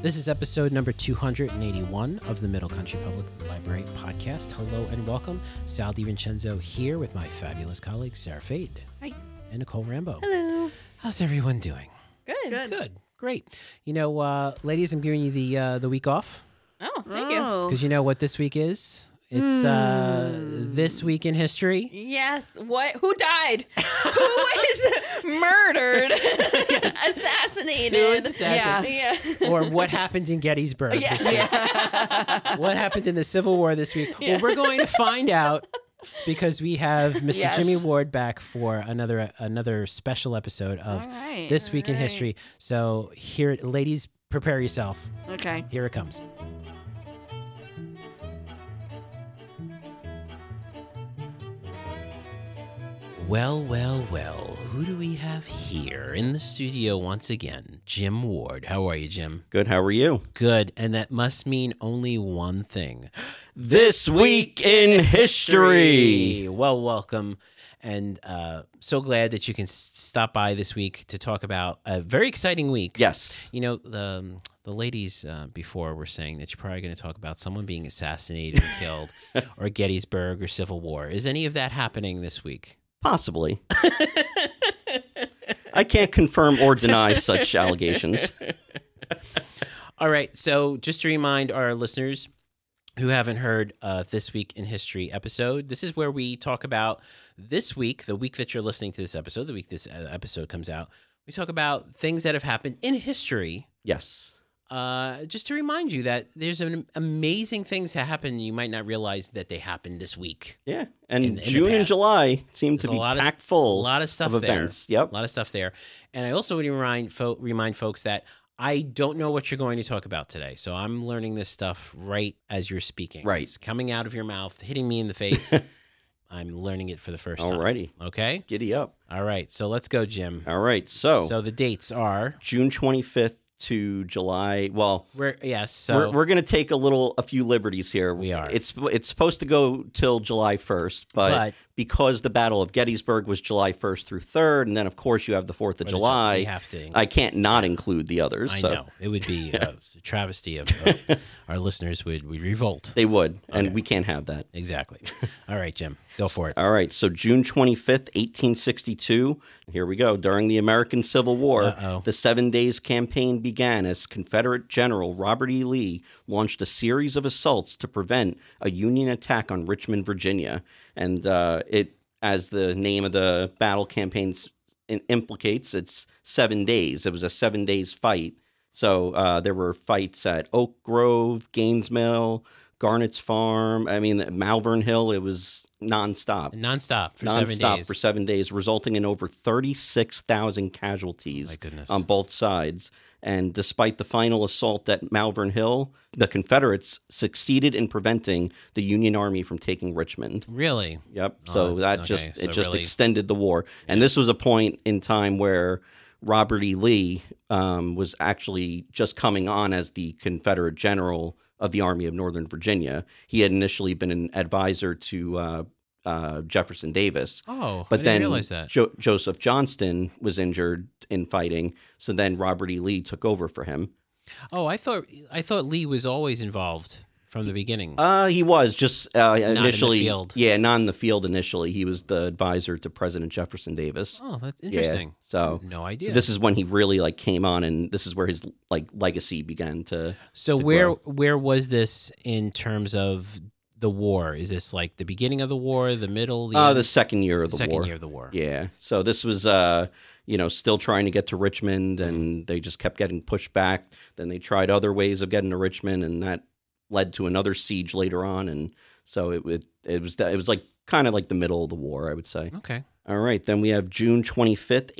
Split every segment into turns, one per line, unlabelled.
This is episode number 281 of the Middle Country Public Library podcast. Hello and welcome. Sal DiVincenzo here with my fabulous colleague Sarah Fade. Hi. And Nicole Rambo.
Hello.
How's everyone doing?
Good.
Good.
Good. Great. You know, uh, ladies, I'm giving you the uh, the week off
Oh, thank you.
Oh.
because you know what this week is. It's uh, this week in history.
Yes. What? Who died? Who was murdered? Assassinated?
Who was assassinated?
Yeah. yeah.
or what happened in Gettysburg.
Yeah.
this week. What happened in the Civil War this week? Well, we're going to find out because we have Mr.
Yes.
Jimmy Ward back for another another special episode of
All right.
This Week in
Alright.
History. So here, ladies, prepare yourself.
Okay.
Here it comes. Well, well, well, who do we have here in the studio once again? Jim Ward. How are you, Jim?
Good. How are you?
Good. And that must mean only one thing.
This week in history.
Three. Well, welcome. And uh, so glad that you can s- stop by this week to talk about a very exciting week.
Yes.
You know, the, um, the ladies uh, before were saying that you're probably going to talk about someone being assassinated or killed or Gettysburg or Civil War. Is any of that happening this week?
Possibly. I can't confirm or deny such allegations.
All right. So, just to remind our listeners who haven't heard uh, this week in history episode, this is where we talk about this week, the week that you're listening to this episode, the week this uh, episode comes out. We talk about things that have happened in history.
Yes.
Uh, just to remind you that there's an amazing things that happen you might not realize that they happened this week.
Yeah. And
In- in the
June and
past.
July seem
There's
to
a
be
lot of-
packed
A
full
lot of stuff
of
there.
events.
A
Yep.
lot of stuff there. And I also would remind fo- remind folks that I don't know what you're going to talk about today. So I'm learning this stuff right as you're speaking.
Right.
It's coming out of your mouth, hitting me in the face. I'm learning it for the first time.
Alrighty.
Okay.
Giddy up.
All right. So let's go, Jim.
All right. So,
so the dates are
June 25th to July. Well,
we're yes. So
we're, we're going to take a little, a few liberties here.
We are.
It's it's supposed to go till July 1st, but,
But-
because the Battle of Gettysburg was July 1st through 3rd, and then of course you have the 4th of
we
July.
have to.
I can't not include the others.
I
so
know it would be a travesty of, of our listeners would would revolt.
They would,
Okay.
and we can't have that.
Exactly. All right, Jim, go for it.
All right, so June 25th, 1862, here we go. During the American Civil War,
Uh-oh.
the Seven Days Campaign began as Confederate General Robert E. Lee launched a series of assaults to prevent a Union attack on Richmond, Virginia. And uh, it, as the name of the battle campaign s- in- implicates, it's seven days. It was a seven days fight. So uh, there were fights at Oak Grove, Gaines Mill, Garnett's Farm. I mean, Malvern Hill. It was nonstop,
Nonstop for
nonstop
seven days.
for seven days, resulting in over thirty-six thousand casualties
My goodness.
on both sides. And despite the final assault at Malvern Hill, the Confederates succeeded in preventing the Union Army from taking Richmond.
really?
Yep.
Oh,
so
that's-
that
okay,
just
so
it just
really-
extended the war, and this was a point in time where Robert E. Lee um, was actually just coming on as the Confederate general of the Army of Northern Virginia. He had initially been an advisor to uh, uh, Jefferson Davis,
Oh,
but
I
then
didn't realize that.
Jo- Joseph Johnston was injured in fighting, so then Robert E. Lee took over for him.
Oh, I thought I thought Lee was always involved from the beginning.
Uh, he was just uh,
in the
initially,
field.
yeah, not in the field initially. He was the advisor to President Jefferson Davis.
oh, that's
Yeah,
interesting.
so,
no
so
idea. So,
this is when he really like came on, and this is where his like legacy began to. uh,
where
well.
where was this in terms of the war? Is this like the beginning of the war, the middle, the,
Oh,
end?
the second year of the
second
war.
year of the war?
Yeah. So this was, uh, you know, still trying to get to Richmond,
Mm-hmm.
and they just kept getting pushed back. Then they tried other ways of getting to Richmond, and that led to another siege later on. And so it it, it was it was like kind of like the middle of the war, I would say.
Okay.
All right, then we have June 25th,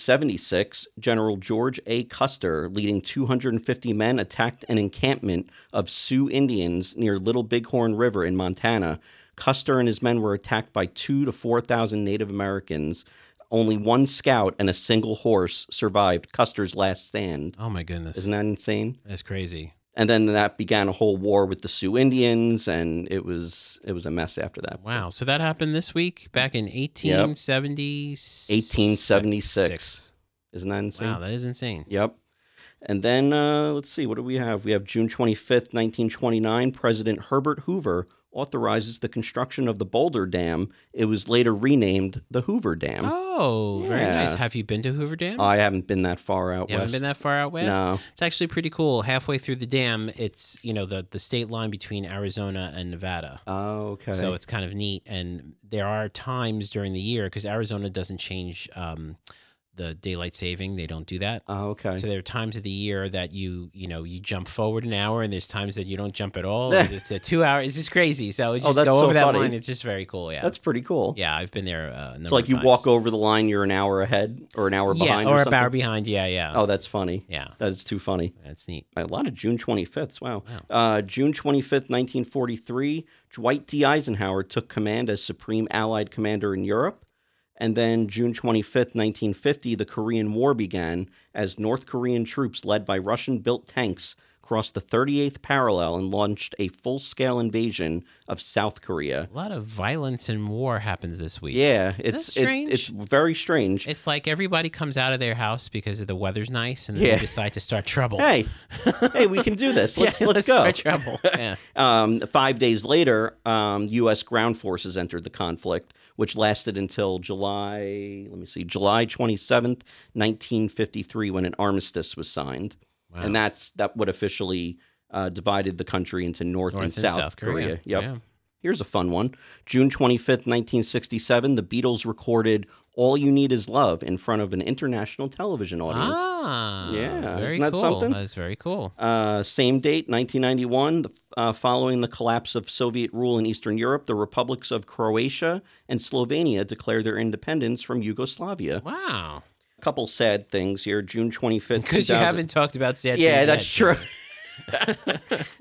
1876. General George A. Custer, leading 250 men, attacked an encampment of Sioux Indians near Little Bighorn River in Montana. Custer and his men were attacked by two to 4,000 Native Americans. Only one scout and a single horse survived Custer's last stand.
Oh my goodness,
Isn't that insane?
that's crazy.
And then that began a whole war with the Sioux Indians, and it was it was a mess after that.
Wow. So that happened this week back in 1876.
1876. Isn't that insane?
Wow, that is insane.
Yep. And then uh, let's see, what do we have? We have June 25th, 1929, President Herbert Hoover authorizes the construction of the Boulder Dam. It was later renamed the Hoover Dam.
Oh, very nice.
Yeah.
Have you been to Hoover Dam?
I haven't been that far out
you
west.
haven't been that far out west.
No.
It's actually pretty cool. Halfway through the dam, it's you know the the state line between Arizona and Nevada.
Oh, okay.
So it's kind of neat, and there are times during the year because Arizona doesn't change um, the daylight saving; they don't do that.
oh, okay.
So there are times of the year that you you know you jump forward an hour, and there's times that you don't jump at all. or there's the two hours. It's just crazy. So it's
Oh,
just
that's
go
so
over that
funny.
line. It's just very cool. Yeah,
That's pretty cool.
yeah. I've been there. Uh, a
It's
number
like
of
you
times.
walk over the line, you're an hour ahead or an hour
yeah,
behind,
or, a
something.
bar behind. Yeah, yeah,
Oh, that's funny.
yeah.
That is too funny.
That's neat.
A lot of June 25th. Wow.
Wow.
Uh, June 25th, 1943, Dwight D. Eisenhower took command as Supreme Allied Commander in Europe. And then June 25th, 1950, the Korean War began as North Korean troops led by Russian built tanks crossed the 38th parallel and launched a full scale invasion of South Korea.
A lot of violence and war happens this week.
Yeah, it's
That's
it-
strange.
it's very strange.
It's like everybody comes out of their house because the weather's nice, and then
Yeah.
they decide to start trouble.
hey, hey, we can do this. Let's
Yeah,
let's, go.
start trouble. Yeah.
Um, five days later, um, U.S. ground forces entered the conflict, which lasted until July. Let me see, July twenty seventh, nineteen fifty three, when an armistice was signed,
Wow.
and that's that would officially uh, divided the country into North,
North
and South, Korea. Yep.
Yeah.
Here's a fun one. June 25th, 1967, the Beatles recorded All You Need Is Love in front of an international television audience.
Ah,
Yeah,
very
isn't that
cool.
something?
That's very cool.
Uh, same date, 1991, the, uh, following the collapse of Soviet rule in Eastern Europe, the republics of Croatia and Slovenia declared their independence from Yugoslavia.
Wow,
A couple sad things here. June 25th.
because you
2000
haven't talked about sad.
Yeah,
things
that's
yet.
true.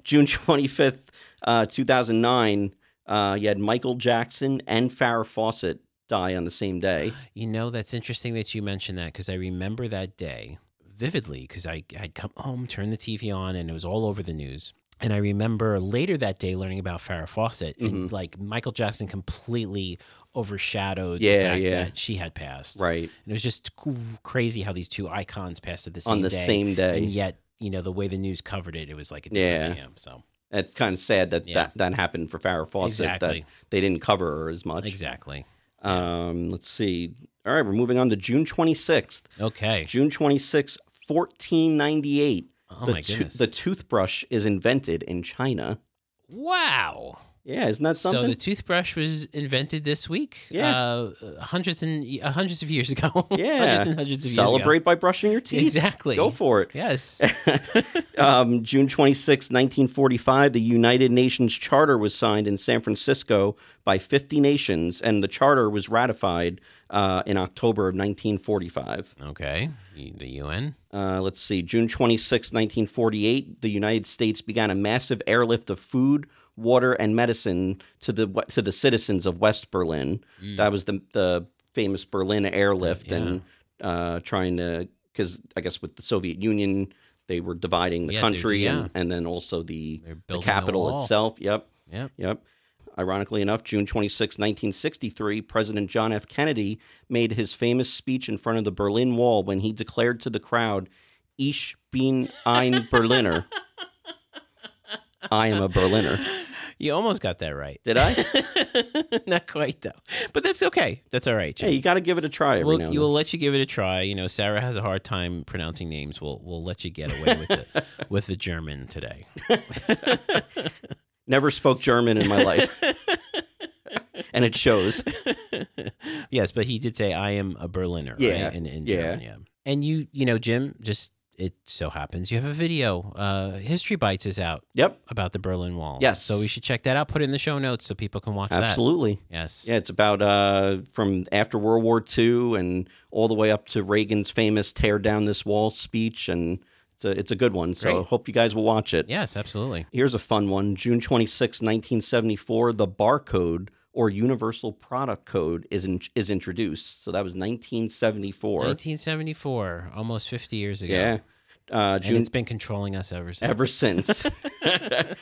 June 25th, uh, 2009, uh, you had Michael Jackson and Farrah Fawcett die on the same day.
You know, that's interesting that you mentioned that because I remember that day vividly because I I'd come home, turned the TV on, and it was all over the news. And I remember later that day learning about Farrah Fawcett and
Mm-hmm.
like Michael Jackson completely overshadowed the
Yeah,
fact
yeah.
that she had passed.
Right.
And it was just c- crazy how these two icons passed at the same
on the
day.
same day.
And yet, you know, the way the news covered it, it was like a
Yeah.
different yeah. So
It's kind of sad that,
Yeah.
that that happened for Farrah Fawcett,
Exactly.
that they didn't cover her as much.
exactly.
Um, let's see. All right, we're moving on to June 26th.
Okay.
June 26th, 1498.
Oh
the
my
to-
goodness.
the toothbrush is invented in China.
wow.
Yeah, isn't that something?
So the toothbrush was invented this week.
Yeah.
Uh, hundreds and uh, hundreds of years ago.
Yeah.
hundreds and hundreds of
Celebrate
years
by brushing your
ago.
teeth.
Exactly.
Go for it.
Yes.
um, June 26, 1945, the United Nations Charter was signed in San Francisco by 50 nations, and the charter was ratified uh, in October of 1945.
okay. Y- The UN.
Uh, let's see, June 26, 1948, the United States began a massive airlift of food, water, and medicine to the to the citizens of West Berlin.
Mm.
That was the the famous Berlin airlift, and uh, trying to because I guess with the Soviet Union they were dividing the
Yeah, they-
country
yeah.
and, and then also the,
They're
the
building the
capital
wall.
itself. Yep.
Yep.
Yep. Ironically enough, June 26, 1963, President John F. Kennedy made his famous speech in front of the Berlin Wall when he declared to the crowd, Ich bin ein Berliner. I am a Berliner.
You almost got that right.
Did I?
Not quite though, but that's okay. That's all right.
Hey,
Jim.
you got to give it a try every
we'll,
now and
you
then.
will let you give it a try. You know, Sarah has a hard time pronouncing names. We'll we'll let you get away with the with the German today.
Never spoke German in my life. and it shows.
yes, but he did say I am a Berliner,
Yeah,
right? In, in
yeah.
German, yeah. And you, you know, Jim, just it so happens you have a video. Uh, History Bites is out
Yep,
about the Berlin Wall.
Yes.
so we should check that out. Put it in the show notes so people can watch
absolutely.
that. Yes.
Yeah, it's about uh, from after World War II and all the way up to Reagan's famous "Tear Down This Wall" speech, and it's a it's a good one. So
Great.
hope you guys will watch it.
Yes, absolutely.
Here's a fun one: June 26, 1974, the barcode or Universal Product Code is in, is introduced. So that was 1974.
1974, almost 50 years ago.
yeah, uh,
And
June
it's been controlling us ever since.
ever since.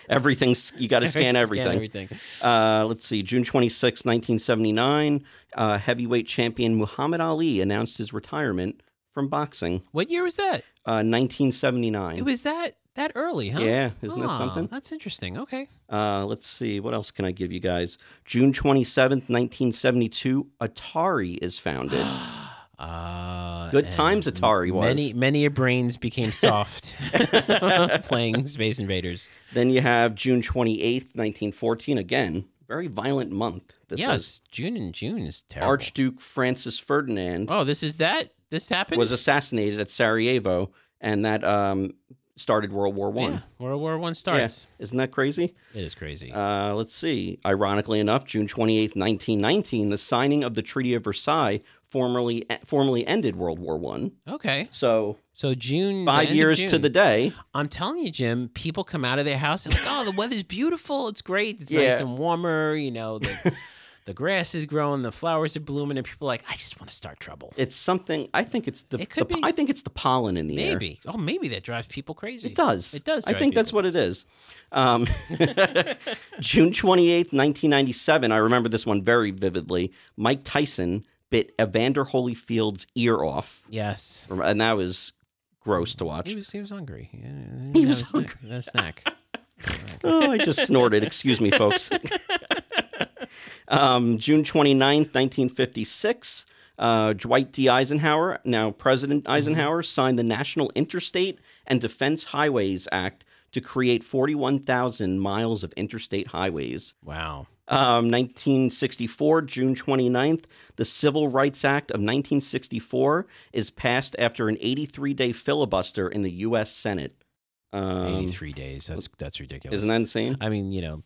Everything's you got to scan everything.
everything.
Uh, let's see, June 26, 1979, uh, heavyweight champion Muhammad Ali announced his retirement from boxing.
What year was that?
Uh, 1979.
It was that that early, huh?
Yeah, isn't that
Ah,
something?
That's interesting. Okay.
Uh, let's see. What else can I give you guys? June 27th, 1972, Atari is founded.
Uh,
Good
and
times Atari was.
Many many a brains became soft playing Space Invaders.
then you have June 28th, 1914. Again, very violent month. This
yes,
is.
June and June is terrible.
Archduke Francis Ferdinand
oh, this is that. This happened.
was assassinated at Sarajevo, and that um, started World War
yeah,
One.
World War One starts.
Isn't that crazy?
It is crazy.
Uh, let's see. Ironically enough, June 28th, 1919, the signing of the Treaty of Versailles formally formally ended World War One.
okay,
So
so June the end
five
of
years to
June.
the day.
I'm telling you, Jim, people come out of their house and like, oh, the weather's beautiful. It's great. It's nice
Yeah.
and warmer. You know, the, the grass is growing, the flowers are blooming, and people are like, I just want to start trouble.
It's something. I think it's the.
It could
the-
be.
I think it's the pollen in the air.
Maybe. Oh, maybe that drives people crazy.
It does.
It does
I
drive
think that's
people
what it is. Um, June 28th, 1997, I remember this one very vividly. Mike Tyson bit Evander Holyfield's ear off,
Yes.
and that was gross to watch.
He was, he was hungry. Yeah,
He
had
was
a snack- had a snack.
oh, I just snorted. Excuse me, folks. um, June 29th, 1956, uh, Dwight D. Eisenhower, now President Eisenhower, signed the National Interstate and Defense Highways Act to create 41,000 miles of interstate highways.
Wow.
Um, 1964, June 29th, the Civil Rights Act of 1964 is passed after an 83 day filibuster in the U.S. Senate. Um,
83 days. That's that's ridiculous.
isn't that insane?
I mean, you know,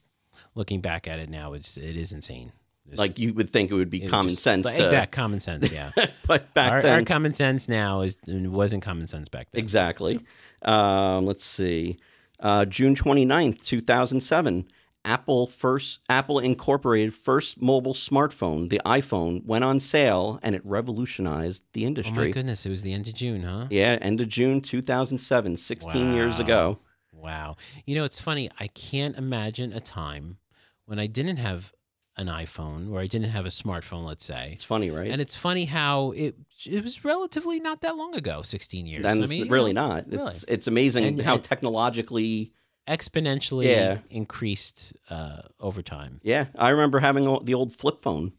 looking back at it now, it's it is insane. It's-
like you would think it would be
it
common
just-
sense.
like,
to,
Exact common sense. Yeah.
But back
our,
then,
our common sense now is wasn't common sense back then.
exactly. Um, let's see. Uh, June 29th, 2007, Apple first Apple Incorporated first mobile smartphone, the iPhone, went on sale and it revolutionized
Oh
the
my
industry.
goodness! It was the end of June, huh?
yeah, end of June 2007, 16 years
Wow.
ago.
Wow. You know, it's funny. I can't imagine a time when I didn't have an iPhone or I didn't have a smartphone, let's say.
It's funny, right?
And it's funny how it it was relatively not that long ago, 16 years.
And
I
it's
mean, you
really
know,
not. It's
really.
it's amazing
And-
how
and-
technologically.
exponentially
Yeah.
increased uh, over time.
Yeah, I remember having o- the old flip phone.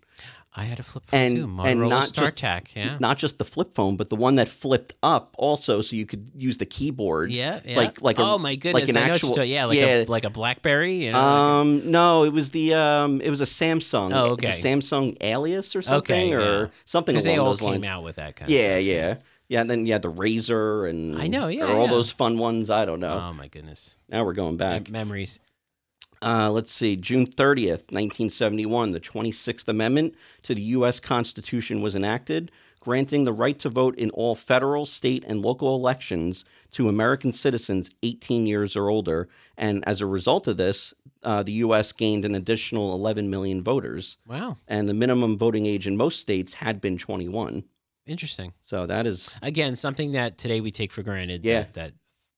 I had a flip phone
And-
too,
and
Motorola
not just-
StarTAC. yeah.
not just the flip phone, but the one that flipped up also, so you could use the keyboard.
yeah, yeah.
like- like a-
oh my goodness,
an
I know what
actual-
you're talking- yeah, like
yeah.
a like a BlackBerry. You know, like a-
Um, no, it was the um, it was a Samsung.
Oh,
the
okay.
Samsung Alias or something
Okay,
or
yeah.
something along
they all
those
came
lines.
out with that kind of
yeah,
stuff.
yeah, yeah. And then you had the Razor and
I know, yeah,
or all
yeah.
those fun ones. I don't know.
Oh my goodness,
now we're going
Mem-
back.
memories.
Uh, let's see, June thirtieth, nineteen seventy one, the twenty sixth amendment to the U.S. Constitution was enacted, granting the right to vote in all federal, state, and local elections to American citizens eighteen years or older. And as a result of this, uh, the U.S. gained an additional eleven million voters,
Wow,
and the minimum voting age in most states had been twenty one.
interesting.
So that is
Again, something that today we take for granted.
Yeah.
that that,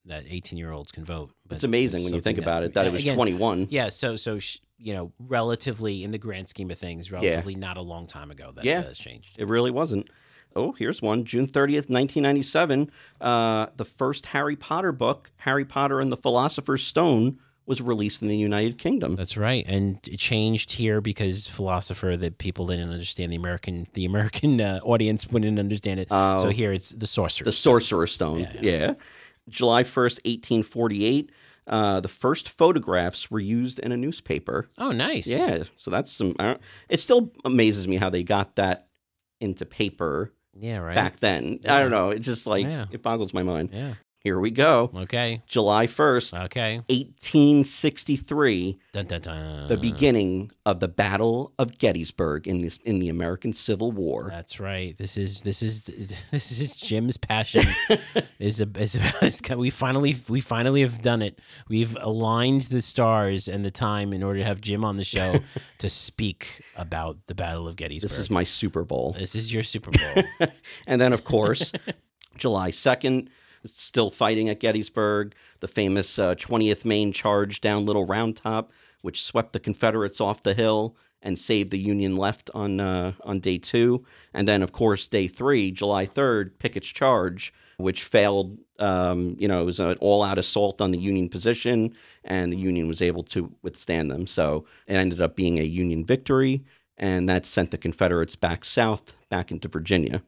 that eighteen year olds can vote. But
it's amazing
it's
when you think
something
about it that it was
again,
twenty one.
Yeah, so so sh- you know, relatively in the grand scheme of things, relatively not a long time ago that
Yeah.
that has changed.
It really wasn't. Oh, here's one. June 30th, 1997. Uh, the first Harry Potter book, Harry Potter and the Philosopher's Stone, was released in the United Kingdom.
That's right, and it changed here because philosopher that people didn't understand the American the American uh, audience wouldn't understand it. so
Oh.
here it's the sorcerer.
the Sorcerer's Stone. Yeah.
Yeah,
July 1st, 1848. Uh, the first photographs were used in a newspaper.
oh, nice.
Yeah. So that's some. I don't- it still amazes me how they got that into paper
yeah, right.
back then. I
Yeah.
don't know. It just like,
Yeah.
it boggles my mind.
Yeah.
Here we go.
Okay.
July 1st,
Okay.
1863.
Dun, dun, dun.
the beginning of the Battle of Gettysburg in this in the American Civil War.
That's right. This is this is this is Jim's passion. is a, is, a, is we finally we finally have done it. We've aligned the stars and the time in order to have Jim on the show to speak about the Battle of Gettysburg.
This is my Super Bowl.
this is your Super Bowl.
And then of course, July 2nd, still fighting at Gettysburg, the famous uh, 20th Maine charge down Little Round Top which swept the Confederates off the hill and saved the Union left on uh, on day two, and then of course day three, July third, Pickett's charge, which failed. Um, you know, it was an all-out assault on the Union position, and the Union was able to withstand them. So it ended up being a Union victory, and that sent the Confederates back south, back into Virginia.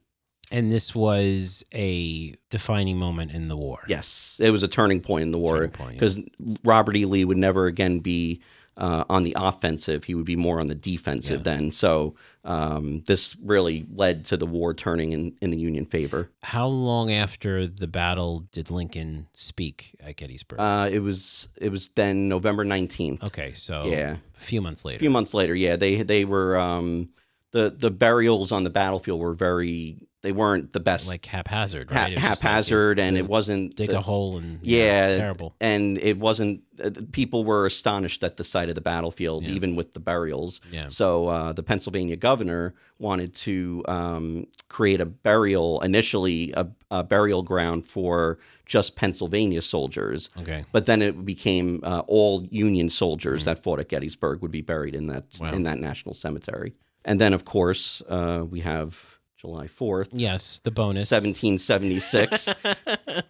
And this was a defining moment in the war.
Yes, it was a turning point in the war
Turning point, yeah.
because Robert E. Lee would never again be uh, on the offensive. He would be more on the defensive
Yeah.
then. So um, this really led to the war turning in, in the Union favor.
How long after the battle did Lincoln speak at Gettysburg?
Uh, it was it was then November nineteenth.
okay, so
Yeah,
a few months later.
a few months later. Yeah, they they were um, the the burials on the battlefield were very. They weren't the best.
like haphazard,
ha-
right? It was just like,
haphazard,
you
and it wasn't
dig
the-
a hole and
Yeah.
terrible.
and it wasn't uh, people were astonished at the sight of the battlefield
Yeah.
even with the burials
Yeah.
so uh, the pennsylvania governor wanted to um, create a burial initially a, a burial ground for just pennsylvania soldiers
Okay.
but then it became uh, all Union soldiers that fought at Gettysburg would be buried in that
Mm. Wow.
in that national cemetery. And then, of course, uh, we have July Fourth,
Yes, the bonus.
1776.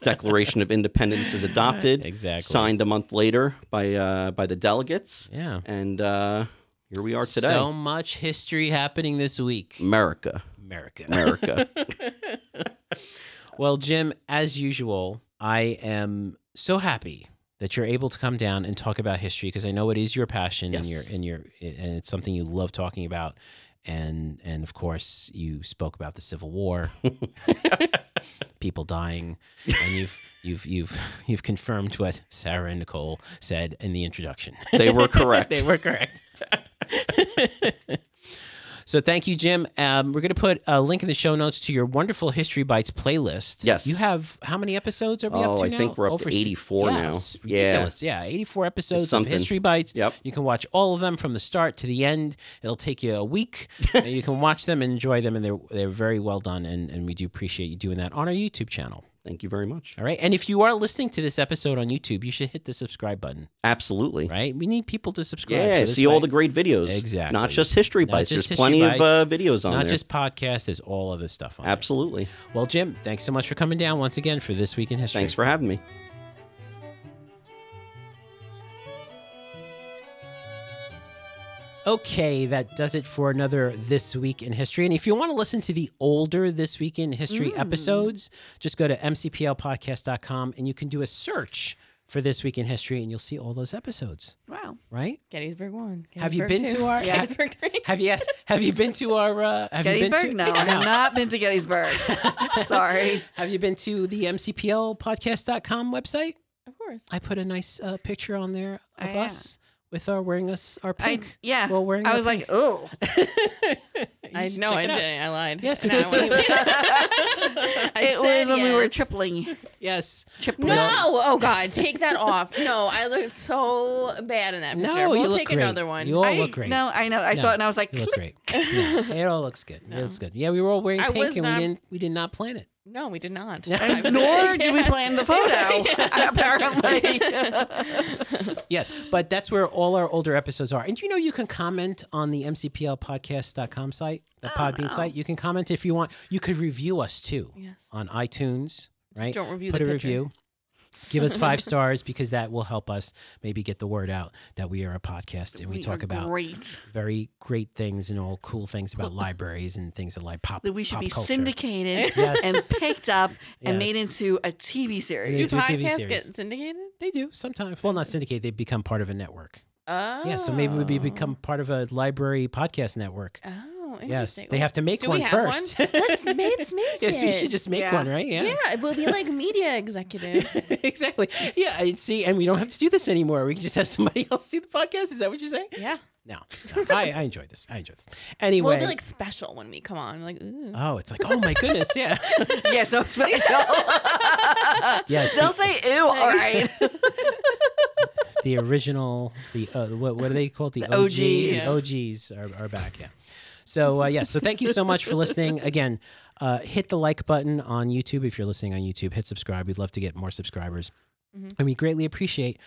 Declaration of Independence is adopted,
Exactly.
signed a month later by uh, by the delegates,
Yeah.
and uh, here we are today.
So much history happening this week.
America,
America.
America.
Well, Jim, as usual, I am so happy that you're able to come down and talk about history because I know it is your passion and your
Yes.
and your and it's something you love talking about. And and of course, you spoke about the Civil War, people dying, and you've you've you've you've confirmed what Sarah and Nicole said in the introduction.
they were correct.
they were correct. so thank you, Jim. Um, we're going to put a link in the show notes to your wonderful History Bites playlist.
Yes.
You have how many episodes are we up
Oh,
to
I
now?
think we're up to
Over s-
84
yeah,
now.
It's
Yeah.
ridiculous. Yeah. 84 episodes of
something.
History Bites.
Yep.
You can watch all of them from the start to the end. It'll take you a week. and you can watch them and enjoy them, and they're, they're very well done. And, and we do appreciate you doing that on our YouTube channel.
Thank you very much.
All right. And if you are listening to this episode on YouTube, you should hit the subscribe button,
Absolutely.
right? We need people to subscribe.
Yeah,
so this
see all
way-
the great videos.
Exactly.
Not just history
Not
bites.
just
There's
history
plenty
bites,
of uh, videos on
not
there.
just podcast there's all other stuff on there.
Absolutely.
well jim thanks so much for coming down once again for this week in history
Thanks for having me.
okay that does it for another this week in history and if you want to listen to the older this week in history
Mm.
episodes just go to mcplpodcast.com and you can do a search for this week in history and you'll see all those episodes
Wow.
right
Gettysburg one.
Have you
Gettysburg
been
two.
to our-
Gettysburg three?
have you yes have you been to our uh, have you
Gettysburg?
been to
No, I have not been to Gettysburg. Sorry.
have you been to the mcplpodcast.com website
Of course.
I put a nice uh, picture on there of
Oh, yeah.
us with our wearing us our
I,
pink.
yeah.
Well, wearing
I
our
was like, oh.
pink.
I
You should
no,
check
I
it out.
didn't. I lied.
Yes,
And
it's
I
the
was-
team.
I
It
said
was when we were
yes.
tripling.
Yes.
Tripling.
No! Oh God! Take that off. No, I look so bad in that picture.
No,
we'll
you look
take
great.
another one.
You all
I,
look great.
No, I know. I
No.
saw it and I was like,
You look
click.
great. Yeah, it all looks good. It looks good. Yeah, we were all wearing
I
pink
was
and
not-
we didn't we did not plan it.
no, we did not.
Yeah.
And nor did we plan the photo, apparently.
Yes. But that's where all our older episodes are. And you know you can comment on the mcplpodcast.com site, the
Oh,
Podbean site. You can comment if you want. You could review us too
Yes.
on iTunes, right?
Don't review
put
the
a
picture.
review. Give us five stars because that will help us maybe get the word out that we are a podcast and we, talk
are
about
great.
very great things and all cool things about libraries and things that like pop.
That we should
pop
be
culture.
syndicated
Yes.
and picked up and made
Yes.
into a TV
Do
It's
series.
a TV
podcasts
series.
get syndicated?
They do sometimes. Well, not syndicate. They become part of a network.
Oh.
Yeah, so maybe we become part of a library podcast network.
Oh,
Yes,
interesting.
they have to make
Do
one
we have one?
first.
Let's ma- let's make
yes, we should
it.
just make
Yeah.
one, right? Yeah.
Yeah, we'll be like media executives.
exactly. Yeah, I see, and we don't have to do this anymore. We can just have somebody else do the podcast. Is that what you're saying?
yeah.
No, no. I, I enjoy this. I enjoy this. Anyway,
We'll be like special when we come on. Like, ooh.
oh, it's like, oh my goodness, yeah,
Yeah, so special.
yes,
They'll
the,
say, ew, all right.
the original, the uh, what, what are they called? The,
The
OG,
OGs.
the OGs are, are back. Yeah. So uh, yeah, so thank you so much for listening. Again, uh, hit the like button on YouTube if you're listening on YouTube. Hit subscribe. We'd love to get more subscribers,
Mhm.
and we greatly appreciate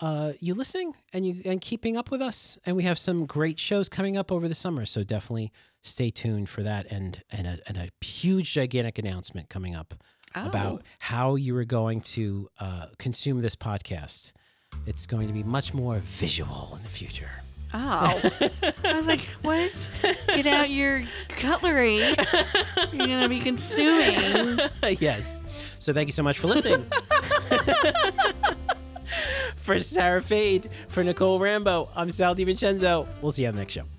uh, you listening and you and keeping up with us. And we have some great shows coming up over the summer, so definitely stay tuned for that. And and a, and a huge gigantic announcement coming up
Oh.
about how you are going to uh, consume this podcast. It's going to be much more visual in the future.
Oh. I was like, what? Get out your cutlery. You're going to be consuming.
yes. So thank you so much for listening. for Sarah Fade, for Nicole Rambo, I'm Sal DiVincenzo. We'll see you on the next show.